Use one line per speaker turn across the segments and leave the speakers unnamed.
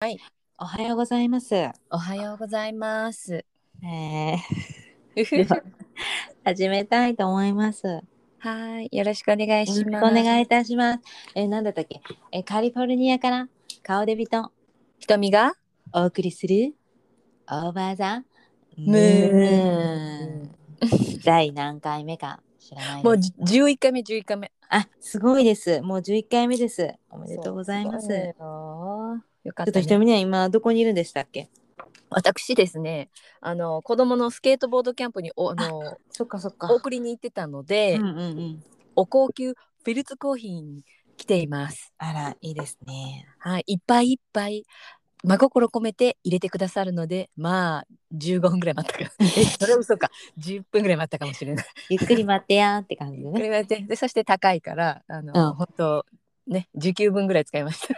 はい。
おはようございます。え
おはようございます。
ーでは始めたいと思います。よ
はい。よろしくお願い
ろし
し
くお
ます。
願い
い。
いたします。えー、なんだったっけ、えーカリフォルニアから顔デビと
瞳が
お送りするオーバーザム
ム
ー
ー
ン。第何回目か知らない
もう
です。
じ11回目、11回目。
あ、すごいです。もう11回目です。おめでとうございます。
そう
ち
よよか
ょっ
っ
と
た、
ひと
ね。
みには今どこにいるんでしたっけ
私ですね、あの子供のスケートボードキャンプにおあの
そっかそっか
お送りに行ってたので、
うんうんうん。
お高級フィルツコーヒーに来ています。
あら、いいですね。
はい。いっぱいいっぱい真心込めて入れてくださるので、まあ15分ぐらい待ったか。え、それは嘘 か。10分ぐらい待ったかもしれない。
ゆっくり待ってやーって感じで
こ
ね。
れは全然そして高いからあの、
うん
本当ね19分ぐらい使いました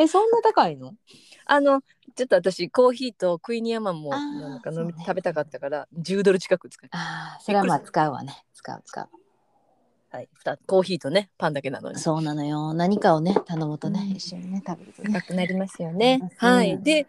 え、そんな高いの
あのちょっと私コーヒーとクイニーアマンも
あー
なんか飲み、
そうね
食べたかったから10ドル近く使い
ああ、それはまあ使うわね。使う使
はいふたコーヒーとねパンだけなの
う。
に
そうなのよ。何かをね、頼むとね、
うん
一緒にね、食べるとね。
高くなりますよね
うん
はいで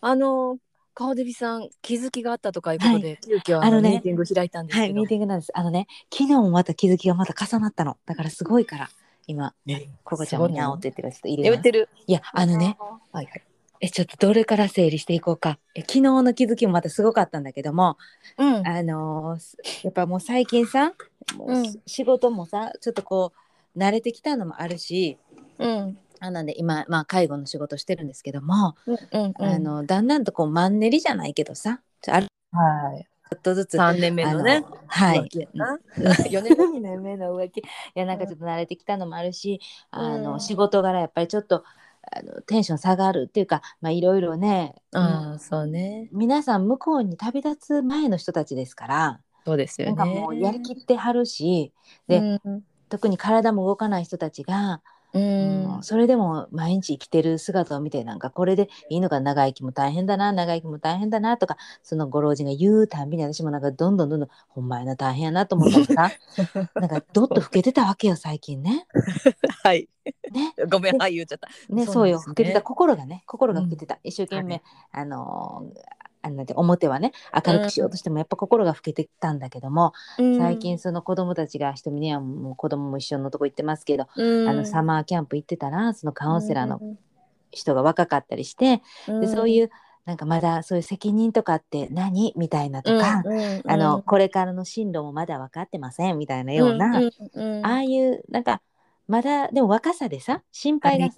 あの顔デビさん気づきがあったとかいうことで、急遽あ
あの
の
ね
ミーティング開いたんです
は
け
い、
ど、
ミーティングなんです。あのね、昨日もまた気づきがまた重なったの。だからすごいから、今、
ね
ここちゃんもにゃおって言ってるから、ちょっと入れ
言
ま
っ
す。
てる
いや、あのね、
はいはい
え、ちょっとどれから整理していこうか。え昨日の気づきもまたすごかったんだけども、
うん
あのーすやっぱもう最近さ、もう
うん
仕事もさ、ちょっとこう、慣れてきたのもあるし、
うん
あなんで今、まあ、介護の仕事してるんですけども、
うんうん
あのだんだんとこうマンネリじゃないけどさちょあるち
はい
ょっとずつ
三年目のね
あのはい
浮気やな
4
四年
年目の浮気いやなんかちょっと慣れてきたのもあるし、あ
う
の
ん
仕事柄やっぱりちょっとあのテンション下がるっていうかまあいろいろね、
ああそうね
皆さん向こうに旅立つ前の人たちですから
そうですよ
な
ね
んかもうやりきってはるしで
うん
特に体も動かない人たちが、
うん
うん、それでも毎日生きてる姿を見てなんかこれでいいのか長生きも大変だな長生きも大変だなとかそのご老人が言うたんびに私もなんかどんどんどんどんほんまやな大変やなと思ったり さなんかどっと老けてたわけよ最近ね。
はい。
ね
ごめん、はい、言っちゃった。
ねそう
そうなん
よ
ですね
老けてた心がね心が老けてた、一生懸
は
命、あのーあのなんて表はね明るくしようとしてもやっぱ心が老けてきたんだけども、最近、その子供たちが瞳にはもう子供も一緒のとこ行ってますけど、あのサ
マ
マーキャンプ行ってたらそのカウンセラーの
の、
人が若かったりして、でそういううなんかまだそういう責任とかって何みたいなとか、あのこれからの進路もまだ分かってませんみたいなような、
んうん
ああいうなんかまだでも若さでさ心配が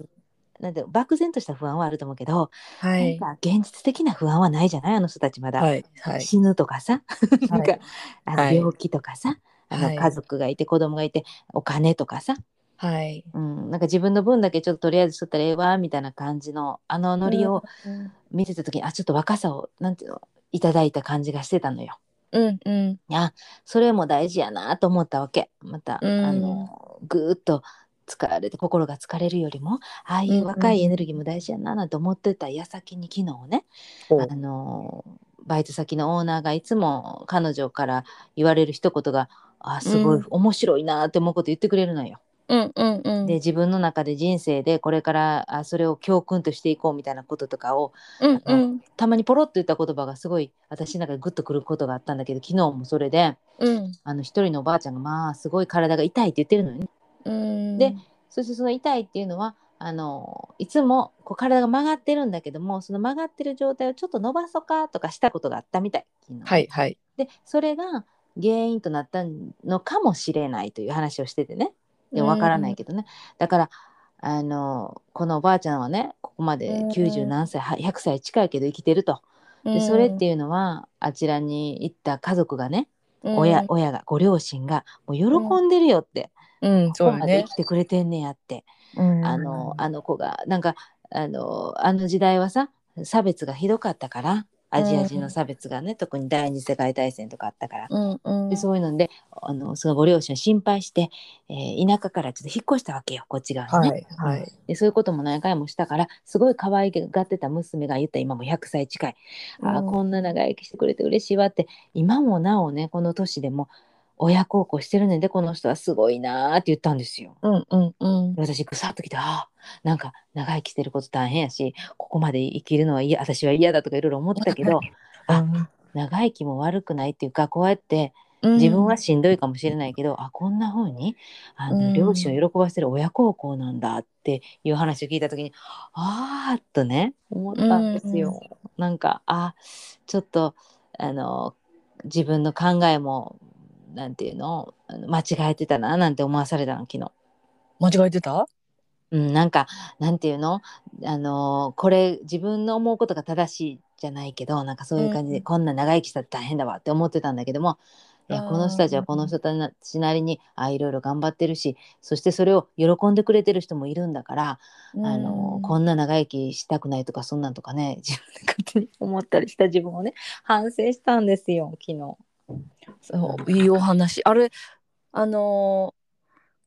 なんて漠然とした不安はあると思うけど、
はい。
なんか現実的な不安はないじゃないあの人たちまだ、
はい。はい。
死ぬとかさ、なんかあの
はい
病気とかさ、あ
はい
の家族がいて子供がいてお金とかさ、
はい。
うん、なんか自分の分だけちょっととりあえずしとったらええわみたいな感じのあのノリを
うん
見てた時にあちょっと若さをなんていうのいただいた感じがしてたのよ。
うんうん
あそれも大事やなと思ったわけ。また、
うん
あのぐーっと疲れて心が疲れるよりもああいう若いエネルギーも大事やななんて思ってた矢先に昨日ね、あのバイト先のオーナーがいつも彼女から言われる一言が「あすごい、
うん
面白いな」って思うこと言ってくれるのよ。
うんうんうん
で自分の中で人生でこれからあそれを教訓としていこうみたいなこととかを
うんうん
たまにポロッと言った言葉がすごい私の中でグッとくることがあったんだけど昨日もそれで
うん
あの一人のおばあちゃんがまあすごい体が痛いって言ってるのよね
うん
でそしてその痛いっていうのはあのいつもこう体が曲がってるんだけどもその曲がってる状態をちょっと伸ばそうかとかしたことがあったみたい昨日、
はいはい
でそれが原因となったのかもしれないという話をしててねでもわからないけどね、だからあのこのおばあちゃんはねここまで90何歳、は100歳近いけど生きてると。
ど
でそれっていうのはあちらに行った家族がね、親親がご両親がもう喜んでるよって、
うん
こ
そう
こ
よ
まで
ね
生きてくれてんねやって、あのあの子がなんかあのあの時代はさ差別がひどかったからアジア人の差別がね、特に第二次世界大戦とかあったから。
うんうん
でそういうのであのそのご両親を心配して、えー田舎からちょっと引っ越したわけよこっち側にね、
はいはい
でそういうことも何回もしたからすごい可愛がってた娘が言った今も100歳近い、あー
うん
こんな長生きしてくれて嬉しいわって今もなおねこの年でも親孝行してるねんでこの人はすごいなーって言ったんですよ。
うんうんうん
私ぐさっときてああなんか長生きしてること大変やしここまで生きるのは嫌私は嫌だとかいろいろ思ってたけ ど
あ
長生きも悪くないっていうかこうやって自分はしんどいかもしれないけど、あこんな風にあの、
うん
両親を喜ばせる親孝行なんだっていう話を聞いた時にああっとね思ったんですよ。なんかあちょっとあの自分の考えもなんていうのあの間違えてたななんて思わされたの昨日。
間違えてた
うん、なんかなんていうの、あのーこれ自分の思うことが正しいじゃないけどなんかそういう感じで、
うん
こんな長生きしたら大変だわって思ってたんだけどもいや
あー
この人たちはこの人たちなりにあいろいろ頑張ってるしそしてそれを喜んでくれてる人もいるんだから、あのーこんな長生きしたくないとかそんなんとかね 自分で勝手に思ったりした自分をね反省したんですよ昨日。
そういいお話あれあのー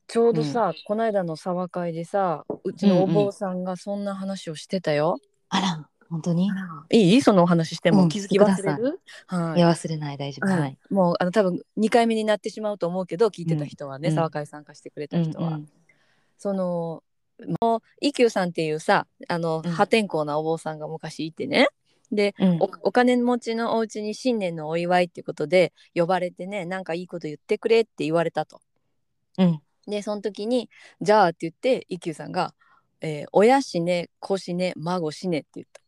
ちょうどさ、この間の沢会でさうちのお坊さんがそんな話をしてたよ、
あら本当に、
いいそのお話しても、
うん
気づき忘れるはい
や忘れない大丈夫、
はい
はい、
もうあの多分2回目になってしまうと思うけど聞いてた人はね、
うん
沢会参加してくれ
う
た
ん
人は、
うん
そのもう一休さんっていうさあの、
うん
破天荒なお坊さんが昔いてねで
うん
おお金持ちのお家に新年のお祝いっていうことで呼ばれてねなんかいいこと言ってくれって言われたと。
うん
でその時に「じゃあ」って言って一休さんが「えー親死ね子死ね孫死ね」って言った。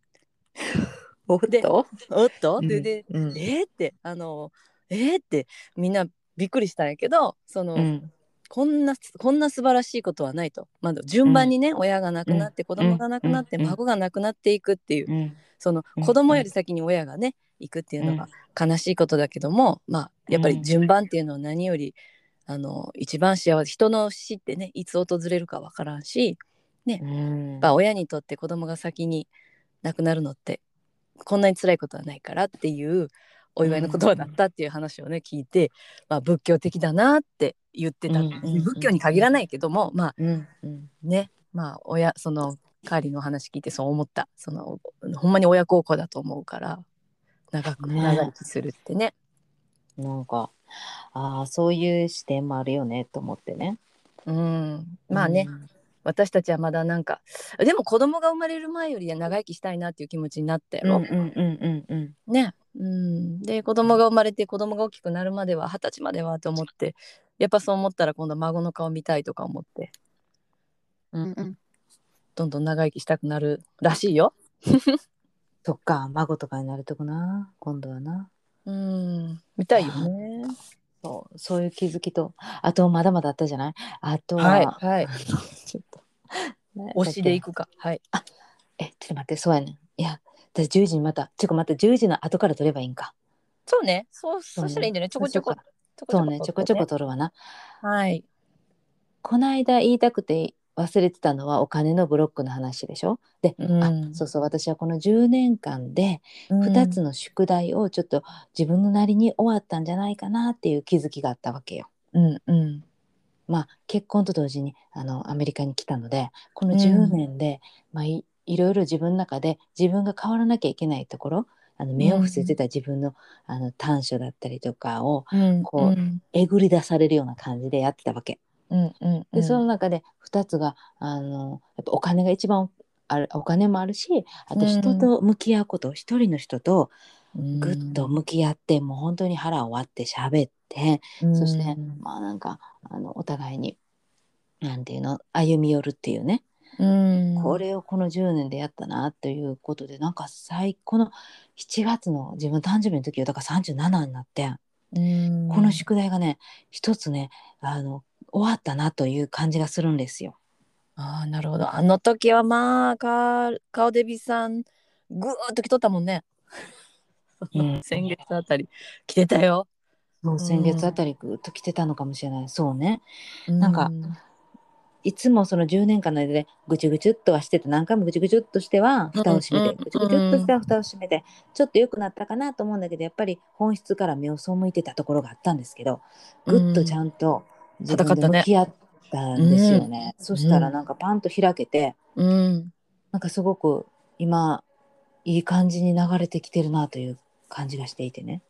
おっ
で
と
おっと、
うん
でで
うん
えーってあのえーってみんなびっくりしたんやけどその、
うん
こんなこんな素晴らしいことはないと、まあ、順番にね、親が亡くなって子供が亡くなって、
うん
孫が亡くなっていくっていう、
うん
その
うん
子供より先に親がね行くっていうのが悲しいことだけども、まあやっぱり順番っていうのは何より、あの一番幸せ人の死ってねいつ訪れるかわからんし
うん
やっぱ親にとって子供が先に亡くなるのってこんなに辛いことはないからっていうお祝いの言葉だったっていう話をね聞いて、まあ、仏教的だなって言ってた、
うんうん
仏教に限らないけどもまあ
うんうん
ねまあ親そのカーリーの話聞いてそう思ったそのほんまに親孝行だと思うから長く
ね
長生きするってね。
なんかああそういう視点もあるよねと思ってね。
うんまあね、私たちはまだなんかでも子供が生まれる前よりは長生きしたいなっていう気持ちになったや
うん。
ろ。
うんうんうんうん
ね、うん、で子供が生まれて子供が大きくなるまでは二十歳まではと思ってやっぱそう思ったら今度孫の顔見たいとか思って
うんうん。
どんどん長生きしたくなるらしいよ。
そっか孫とかになるとこな今度はな。
うん見たいよね。
そうそういう気づきとあとまだまだあったじゃないあとは、
はいはい。
ちょっと。
推しでい
く。
くか。はい。
えちょっと待ってそうやねん。いや私10時にまたちょっと待って10時の後から取ればいいんか。
そうね。そう
う
そ
ね
したらいいんだね。ちょこちょこ。
そうねちょこちょこ取るわな。
はい。
この間言いたくて忘れてたのはお金のブロックの話でしょで、
うん
あそうそう私はこの10年間で
二
2つ。の宿題をちょっと自分のなりに終わったんじゃないかなっていう気づきがあったわけよ。
うんうん。
まあ結婚と同時にあのアメリカに来たのでこの10年で、まあ、いいろいろ自分の中で自分が変わらなきゃいけないところあの目を伏せてた自分の,、あの短所だったりとかを
うん
こう
うん
えぐり出されるような感じでやってたわけ。
うんうん。
でその中で2つがあのやっぱお金が一番あるお金もあるしあと人と向き合うこと、一人の人と
うん
ぐっと向き合って、もう本当に腹を割って喋って、そして
うん
まあなんかあのお互いになんていうの歩み寄るっていうね、
うん
これをこの10年でやったなということでなんか最この7月の自分の誕生日の時よだから37になって
うん
この宿題がね一つねあの終わったなという感じがするんですよ。
ああなるほどあの時はまあカーカーデビさんぐーっと来とったもんね、
うん
先月あたり来てたよ、
もう先月あたりぐっと来てたのかもしれない、そうねなんかいつもその10年間の間でぐちゅぐちゅっとはしてて何回もぐちゅぐちゅっとしては蓋を閉めて、
うん
ぐちゅぐちゅっとしては蓋を閉めてちょっと良くなったかなと思うんだけどやっぱり本質から目を背いてたところがあったんですけどぐっとちゃんと自分で向き合ったんですよねそしたらなんかパンと開けて
うん
なんかすごく今いい感じに流れてきてるなという感じがしていてね。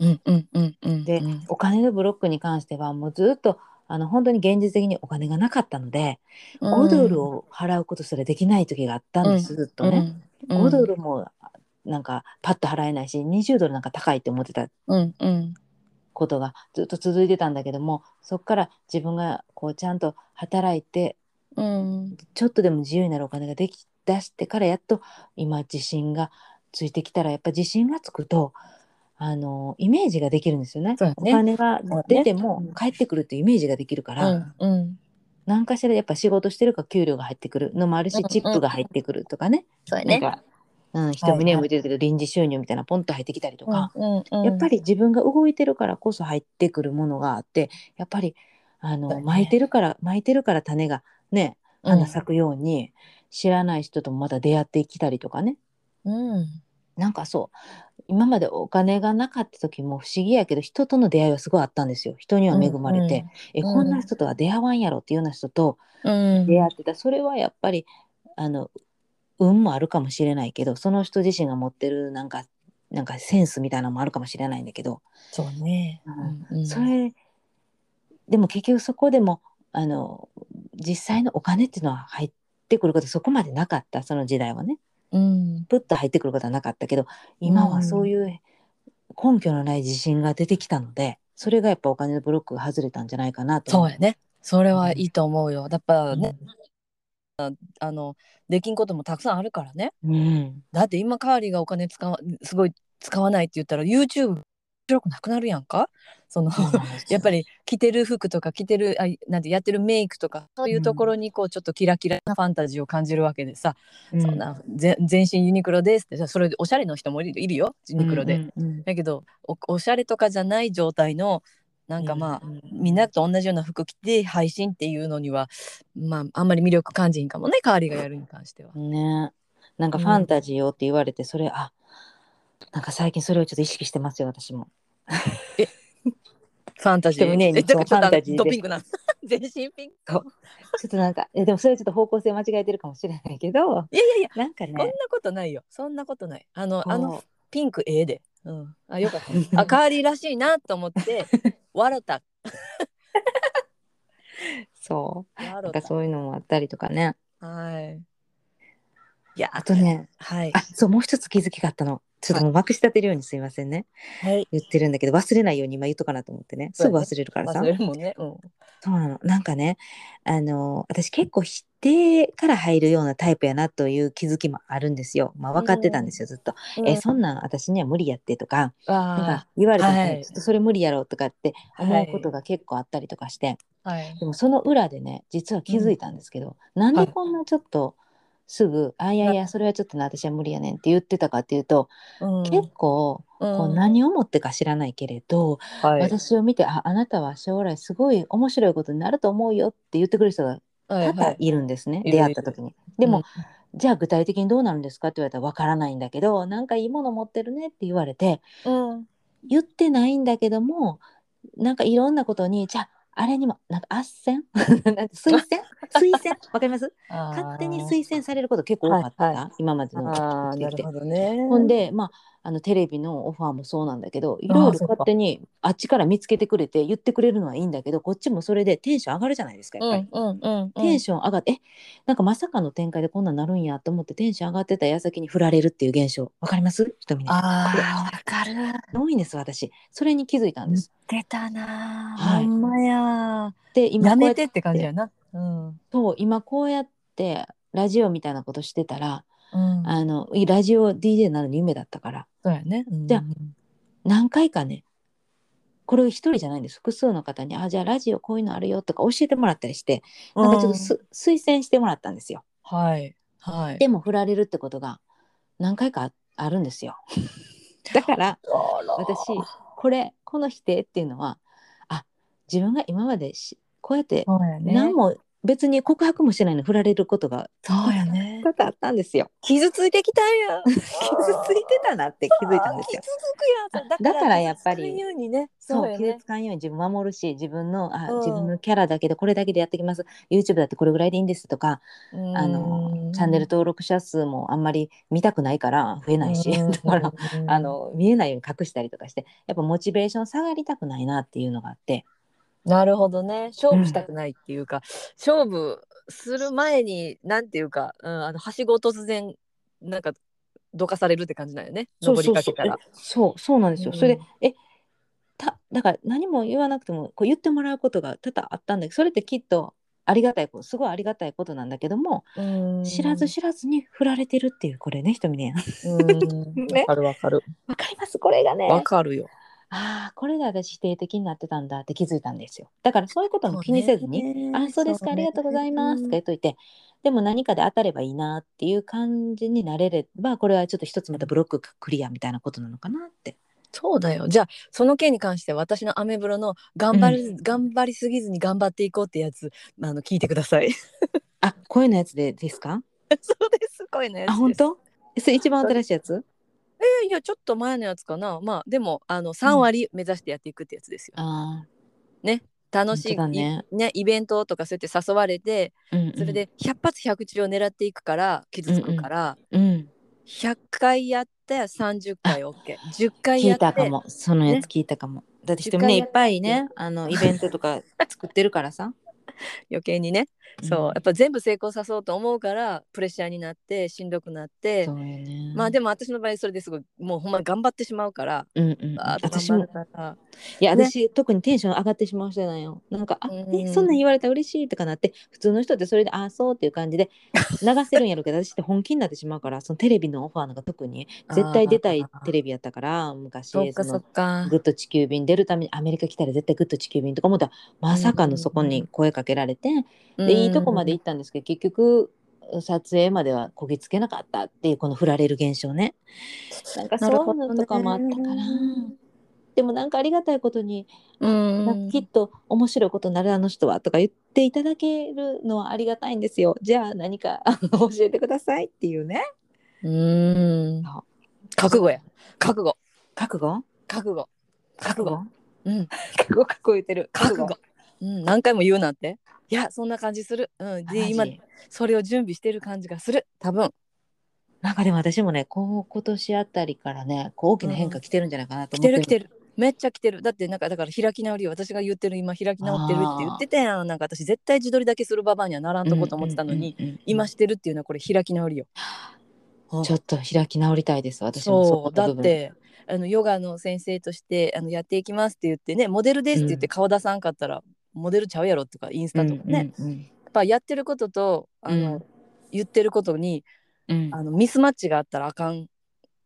うんうんうんうん
で
うん
お金のブロックに関してはもうずっとあの本当に現実的にお金がなかったので、5ドルを払うことすらできない時があったんです、ずっとね、
うんうん
5ドルもなんかパッと払えないし20ドルなんか高いって思ってた
うんうん
ことがずっと続いてたんだけどもそこから自分がこうちゃんと働いて
うん
ちょっとでも自由になるお金ができ出してからやっと今自信がついてきたらやっぱ自信がつくとあのイメージができるんですよね
そうだね
お金が出ても
そうだね
帰ってくるっていうイメージができるから、
うん
何かしらやっぱ仕事してるから給料が入ってくるのもあるし、
うんうん
チップが入ってくるとかね
そうや
な
ね
んか、うん、人目には向いてるけど臨時収入みたいなポンと入ってきたりとか、や
や
っぱり自分が動いてるからこそ入ってくるものがあってやっぱりあ
そうだ
の、
ね
巻いてるから巻いてるから種がね花咲くように、知らない人ともまた出会ってきたりとかね
うん
なんかそう今までお金がなかった時も不思議やけど人との出会いはすごいあったんですよ人には恵まれて、え
うん
こんな人とは出会わんやろっていうような人と
うん
出会ってた、それはやっぱりあの運もあるかもしれないけどその人自身が持ってるなんかなんかセンスみたいなのもあるかもしれないんだけど
そうねうんうん
それでも結局そこでもあの実際のお金っていうのは入ってくることそこまでなかったその時代はね
うん
プッと入ってくることはなかったけど今はそういう根拠のない自信が出てきたのでそれがやっぱお金のブロックが外れたんじゃないかなと
そう
思
やねそれはいいと思うよやっぱねあのできんこともたくさんあるからね
うん、うん
だって今カーリーがお金使わすごい使わないって言ったら YouTube 面白くなくなるやんかその
そうなんですよ
やっぱり着てる服とか着てるあなんてやってるメイクとかそういうところにこうちょっとキラキラなファンタジーを感じるわけでさ、
うん
そんなぜ全身ユニクロですってそれおしゃれの人もいるいるよユニクロで。
うんうん
だけどおおしゃれとかじゃない状態のなんかまあ、
うん
みんなと同じような服着て配信っていうのにはまああんまり魅力感じひんかもねカーリーがやるに関しては。
ねなんかファンタジーをって言われてそれ、あなんか最近それをちょっと意識してますよ私も
ファンタジー。
人胸に
えだからちょ
そうファ
っとあの
ンタジーで
ドピングな 全身ピンク。
ちょっとなんかえでもそれはちょっと方向性間違えてるかもしれないけど
いやいやいや、
なんか
そんな
ね
ことないよそんなことない。あのあ
あ
の
の
ピンクええで。うん、あよ かった。あカーリーらしいなと思って笑った。
そうな
笑
ん
っ
か
た。
そういうのもあったりとかね
はい。いや
あとね
はい
あそうもう一つ気づきがあったのちょっともうまくし立てるようにすいませんね
はい
言ってるんだけど忘れないように今言っとかなと思ってね
そ
す
う
ぐ
だね
忘れるからさ
忘れるもんね。うん。
そうなのなんかねあの私結構否定から入るようなタイプやなという気づきもあるんですよまあ分かってたんですよずっとえそんなん私には無理やってとか
あ
なんか言われたら、
はい
ちょっとそれ無理やろうとかって思うことが結構あったりとかして、
ーはい。
でもその裏でね実は気づいたんですけど、なんでこんなちょっとすぐ「あいやいやそれはちょっとな私は無理やねん」って言ってたかっていうと、
うん
結構こ
う
うん何をもってか知らないけれど、
はい
私を見てあ「あなたは将来すごい面白いことになると思うよ」って言ってくる人が
は
多
いは
々
い
いるんですね、
いる
出会った時に。でも、
うん
じゃあ具体的にどうなるんですかって言われたらわからないんだけどなんかいいもの持ってるねって言われて
うん
言ってないんだけどもなんかいろんなことにじゃああれにもなんか斡旋なんて推 薦推薦わかります勝手に推薦されること結構多かった、
はいは
今までの
あー
生
な
きてきて
るほどね。
ほんでまああのテレビのオファーもそうなんだけどいろいろ
そっか
勝手にあっちから見つけてくれて言ってくれるのはいいんだけどこっちもそれでテンション上がるじゃないですかやっ
う
ぱり
ん。うんうん
テンション上がって、えなんかまさかの展開でこんなんなるんやと思ってテンション上がってた矢先に振られるっていう現象わかります人見ね
ああわかる。
多いんです私それに気づいたんです、
出たなー。
はい
ほんまや
で
ー。や
今こうや
め
って
てって感じやな。うん。うん。
そう今こうやってラジオみたいなことしてたら、あのラジオ DJ になるの夢だったから
そうやね。うん
じゃあ何回かねこれ一人じゃないんです複数の方に「あじゃあラジオこういうのあるよ」とか教えてもらったりしてなんかちょっとす、推薦してもらったんですよ
うんはいはい。
でも振られるってことが何回かああるんですよ だから私これこの否定っていうのはあ自分が今までしこうやって
そうやね。
何も別に告白もしてないのに振られることが
そうやね。
多々あったんですよ。
傷ついてきたんや。 傷つ
傷ついてたなって気づいたんですよ
傷。つくやん。
だからやっぱり
傷つかんようにね。
そう
よ
傷
ね。
つかんように自分守るし自分のあ、
うん
自分のキャラだけでこれだけでやってきます YouTube だってこれぐらいでいいんですとか、あ
う
の
ん
チャンネル登録者数もあんまり見たくないから増えないし、
うん
だから、あ。の見えないように隠したりとかしてやっぱモチベーション下がりたくないなっていうのがあって
なるほどね。勝負したくないっていうか、勝負する前になんていうか、うん、あのはしごを突然なんかどかされるって感じだよね。登りかけたら。
そうそうなんですよ、それで
うん
えただから何も言わなくてもこう言ってもらうことが多々あったんだけどそれってきっとありがたいことすごいありがたいことなんだけども知らず知らずに振られてるっていうこれねひとみね
うん
ね
わかるわかる。
わかりますこれがね
わかるよ。
ああこれで私否定的になってたんだって気づいたんですよだからそういうことも気にせずに
に
あ、そうですか、ありがとうございます。とか言っといて、でも何かで当たればいいなっていう感じになれれば、これはちょっと一つまたブロッククリアみたいなことなのかなって。
そうだよ。じゃあその件に関して私のアメブロの頑張り、頑張りすぎずに頑張っていこうってやつあの聞いてく ださい。
あ、声のやつでですか
そうです。こういうのやつで
あ、
す
本当それ一番新しいやつ
いやいやちょっと前のやつかな。まあでもあの三割目指してやっていくってやつですよ。
あ
楽し
本当
い、
だね
いねイベントとかそうやって誘われて、
あ、うんうん
それ、で100発100中を狙っていくから傷つくから、
うん、
100回やって30回 OK10 回
聞
や
い
って
たかも。そのやつ
ね
聞いたかも。だってひ
一
と
回
みね、い
やっ
っぱいね、あの、イベントとか作ってるからさ。
余計にね、 そうやっぱ全部成功さそうと思うからプレッシャーになってしんどくなって、
そうよね。
まあでも私の場合それですごいもうほんま頑張ってしまうから。
うんうんうん、
あー
私
頑張
も
るから
いや
ね
私、特にテンション上がってしまう人なんよ。なんか「あ、
う
ね、
ん
そんなん言われたら嬉しい」とかなって普通の人ってそれで「ああそう」っていう感じで流せるんやろうけど私って本気になってしまうからそのテレビのオファーなんか特に絶対出たいテレビやったから昔
そっかそ
の
っか
グッド地球便出るためにアメリカ来たら絶対グッド地球便とか思ったらまさかのそこに声かけられて、でいいとこまで行
い
ったんですけど結局撮影まではこぎつけなかったっていうこの振られる現象ねなんかそういうのとかもあったから、でもなんかありがたいことに
うん
なんかきっと面白いことになるあの人はとか言っていただけるのはありがたいんですよじゃあ何か あの教えてくださいっていうね
うん
あ
覚悟や覚悟
覚悟
覚悟覚悟うん
覚悟覚悟言ってる
覚悟うん何回も言うなんていやそんな感じするうんで今
今
それを準備してる感じがする多分
なんかでも私もねこう今年あたりからねこう大きな変化来てるんじゃないかなと
来
思ってて
る来てるめっちゃ来てるだってなんかだから開き直りよ私が言ってる今開き直ってるって言ってたやんなんか私絶対自撮りだけするババアにはならんとこと思ってたのに、
うんうんうんうん
今してるっていうのはこれ開き直りよ
ちょっと開き直りたいです私も
そう
こ
だ
の部分
ってあのヨガの先生としてあのやっていきますって言ってねモデルですって言って
うん
顔出さんかったら、モデルちゃうやろとかインスタとかね、やっ
うんうん
ぱやってることとあの、
うん
言ってることに
うん
あのミスマッチがあったらあかん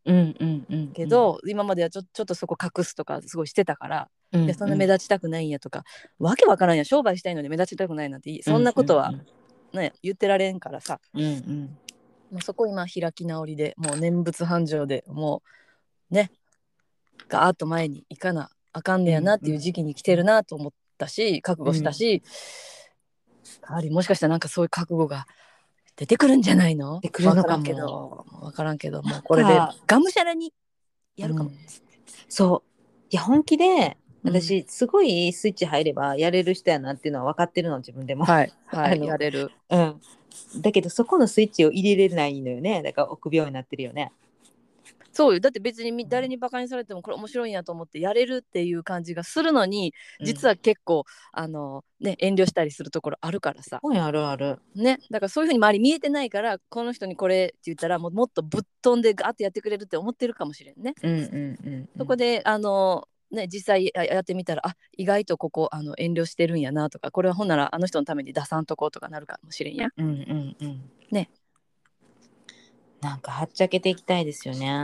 うんうんうんうん
けど、今まではちょちょっとそこ隠すとかすごいしてたから、
うん
いやそんな目立ちたくないんやとか、わけわからんやん商売したいのに目立ちたくないなんていいそんなことは、ね言ってられんからさ
うんうんうん
もうそこ今開き直りでもう念仏繁盛でもうねガーッと前に行かなあかんねやなっていう時期に来てるなと思ったし覚悟したし、代わりもしかしたらなんかそういう覚悟が出てくるんじゃないの
出てくるのかも
わらんけどわからんけどもうこれで
なんか
がむしゃらにやるかも。
うんそういや本気で
うん
私すごいスイッチ入ればやれる人やなっていうのは分かってるの自分でも、
はい、は
あ
い、
の
やれる。
うん、 だけどそこのスイッチを入れれないのよねだから臆病になってるよね
そうよだって別にみ誰にバカにされてもこれ面白いんやと思ってやれるっていう感じがするのに実
は、
は結構、あのね遠慮したりするところあるからさ
うん、本あるある
ねだからそういうふうに周り見えてないからこの人にこれって言ったらもうもっとぶっ飛んでガーってやってくれるって思ってるかもしれんね。
うんうんうん
そこ
で
であのね、実際ややってみたらあ意外とここあの遠慮してるんやなとかこれはほんならあの人のために出さんとこうとかなるかもしれんやん
うんうんうん
ね
なんかはっちゃけていきたいですよね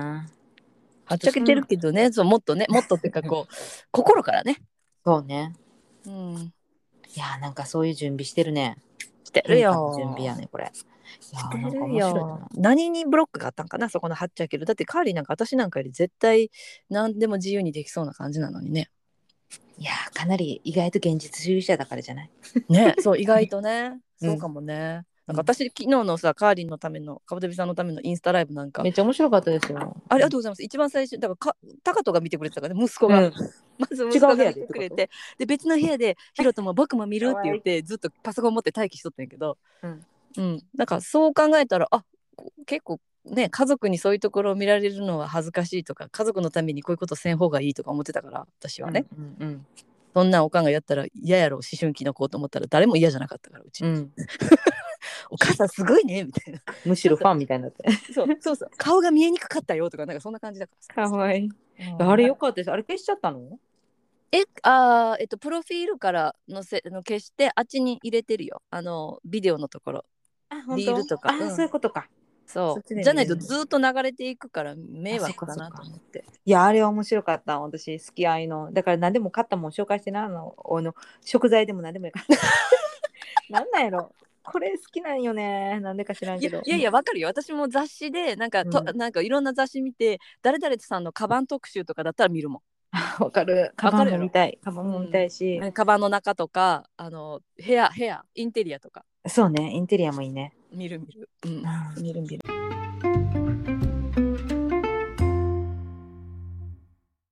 はっちゃけてるけどねそうもっとねもっとっていうかこ う心からね、
そうね
うん、
いやーなんかそういう準備してるね
してるよ
変化の準備やねこれいや
し
ー
て
なんか
る
面白い
よ
な。
何にブロックがあったんかなそこのはっちゃける。だってカーリーなんか私なんかより絶対何でも自由にできそうな感じなのにね。
いや ーかなり意外と現実主義者だからじゃない
ねそう意外とね。そうかもね。なんか私、昨日のさ、カーリンのための、かぶてびさんのためのインスタライブなんか、
めっちゃ面白かったですよ。
ありがとうございます。一番最初、だからか、タカトが見てくれてたからね、息子
う
が。
ん
まず
違
息
う部
子
屋
が
で
見てくれて、で、別の部屋で、ヒロとも僕も見るって言って、ずっとパソコン持って待機しとったんやけど、
うん
うん。なんか、そう考えたら、あこ結構、ね、家族にそういうところを見られるのは恥ずかしいとか家族のためにこういうことせん方がいいとか思ってたから私はね、
うんうん
そんなんおかんがやったら嫌やろ思春期の子と思ったら誰も嫌じゃなかったからうち、
うん、
お母さんすごいねみたいな
むしろファンみたいになって。
そうそうそう顔が見えにくかったよとかなんかそんな感じだから
わいい。
うん
あれよかったです。あれ消しちゃったの
えあーえっとプロフィールからのせの消してあっちに入れてるよあのビデオのところ
あ、
当リールとか
あ、
うん
そういうことか。
そ
そっち
う
で見れる
じゃないとずっと流れていくから迷惑かな
あそっか
と
そっか
思って
いや、あれは面白かった。私、好き合いの。だから何でも買ったもん紹介してな。あの、あの食材でも何でもよかった。 なんなんやろ。これ好きなんよね。なんでか知らん
い
け
や
ど。
いやいやわかるよ私も雑誌でなんかと、
うん
なんかいろんな雑誌見て誰々さんのカバン特集とかだったら見るもん
わかる。カバンも見たい。カバンも見たいし。
なんかカバンの中とかあの部屋部屋インテリアとか
そうね。インテリアもいいね。
見る見る、うん
う、ん
見る見る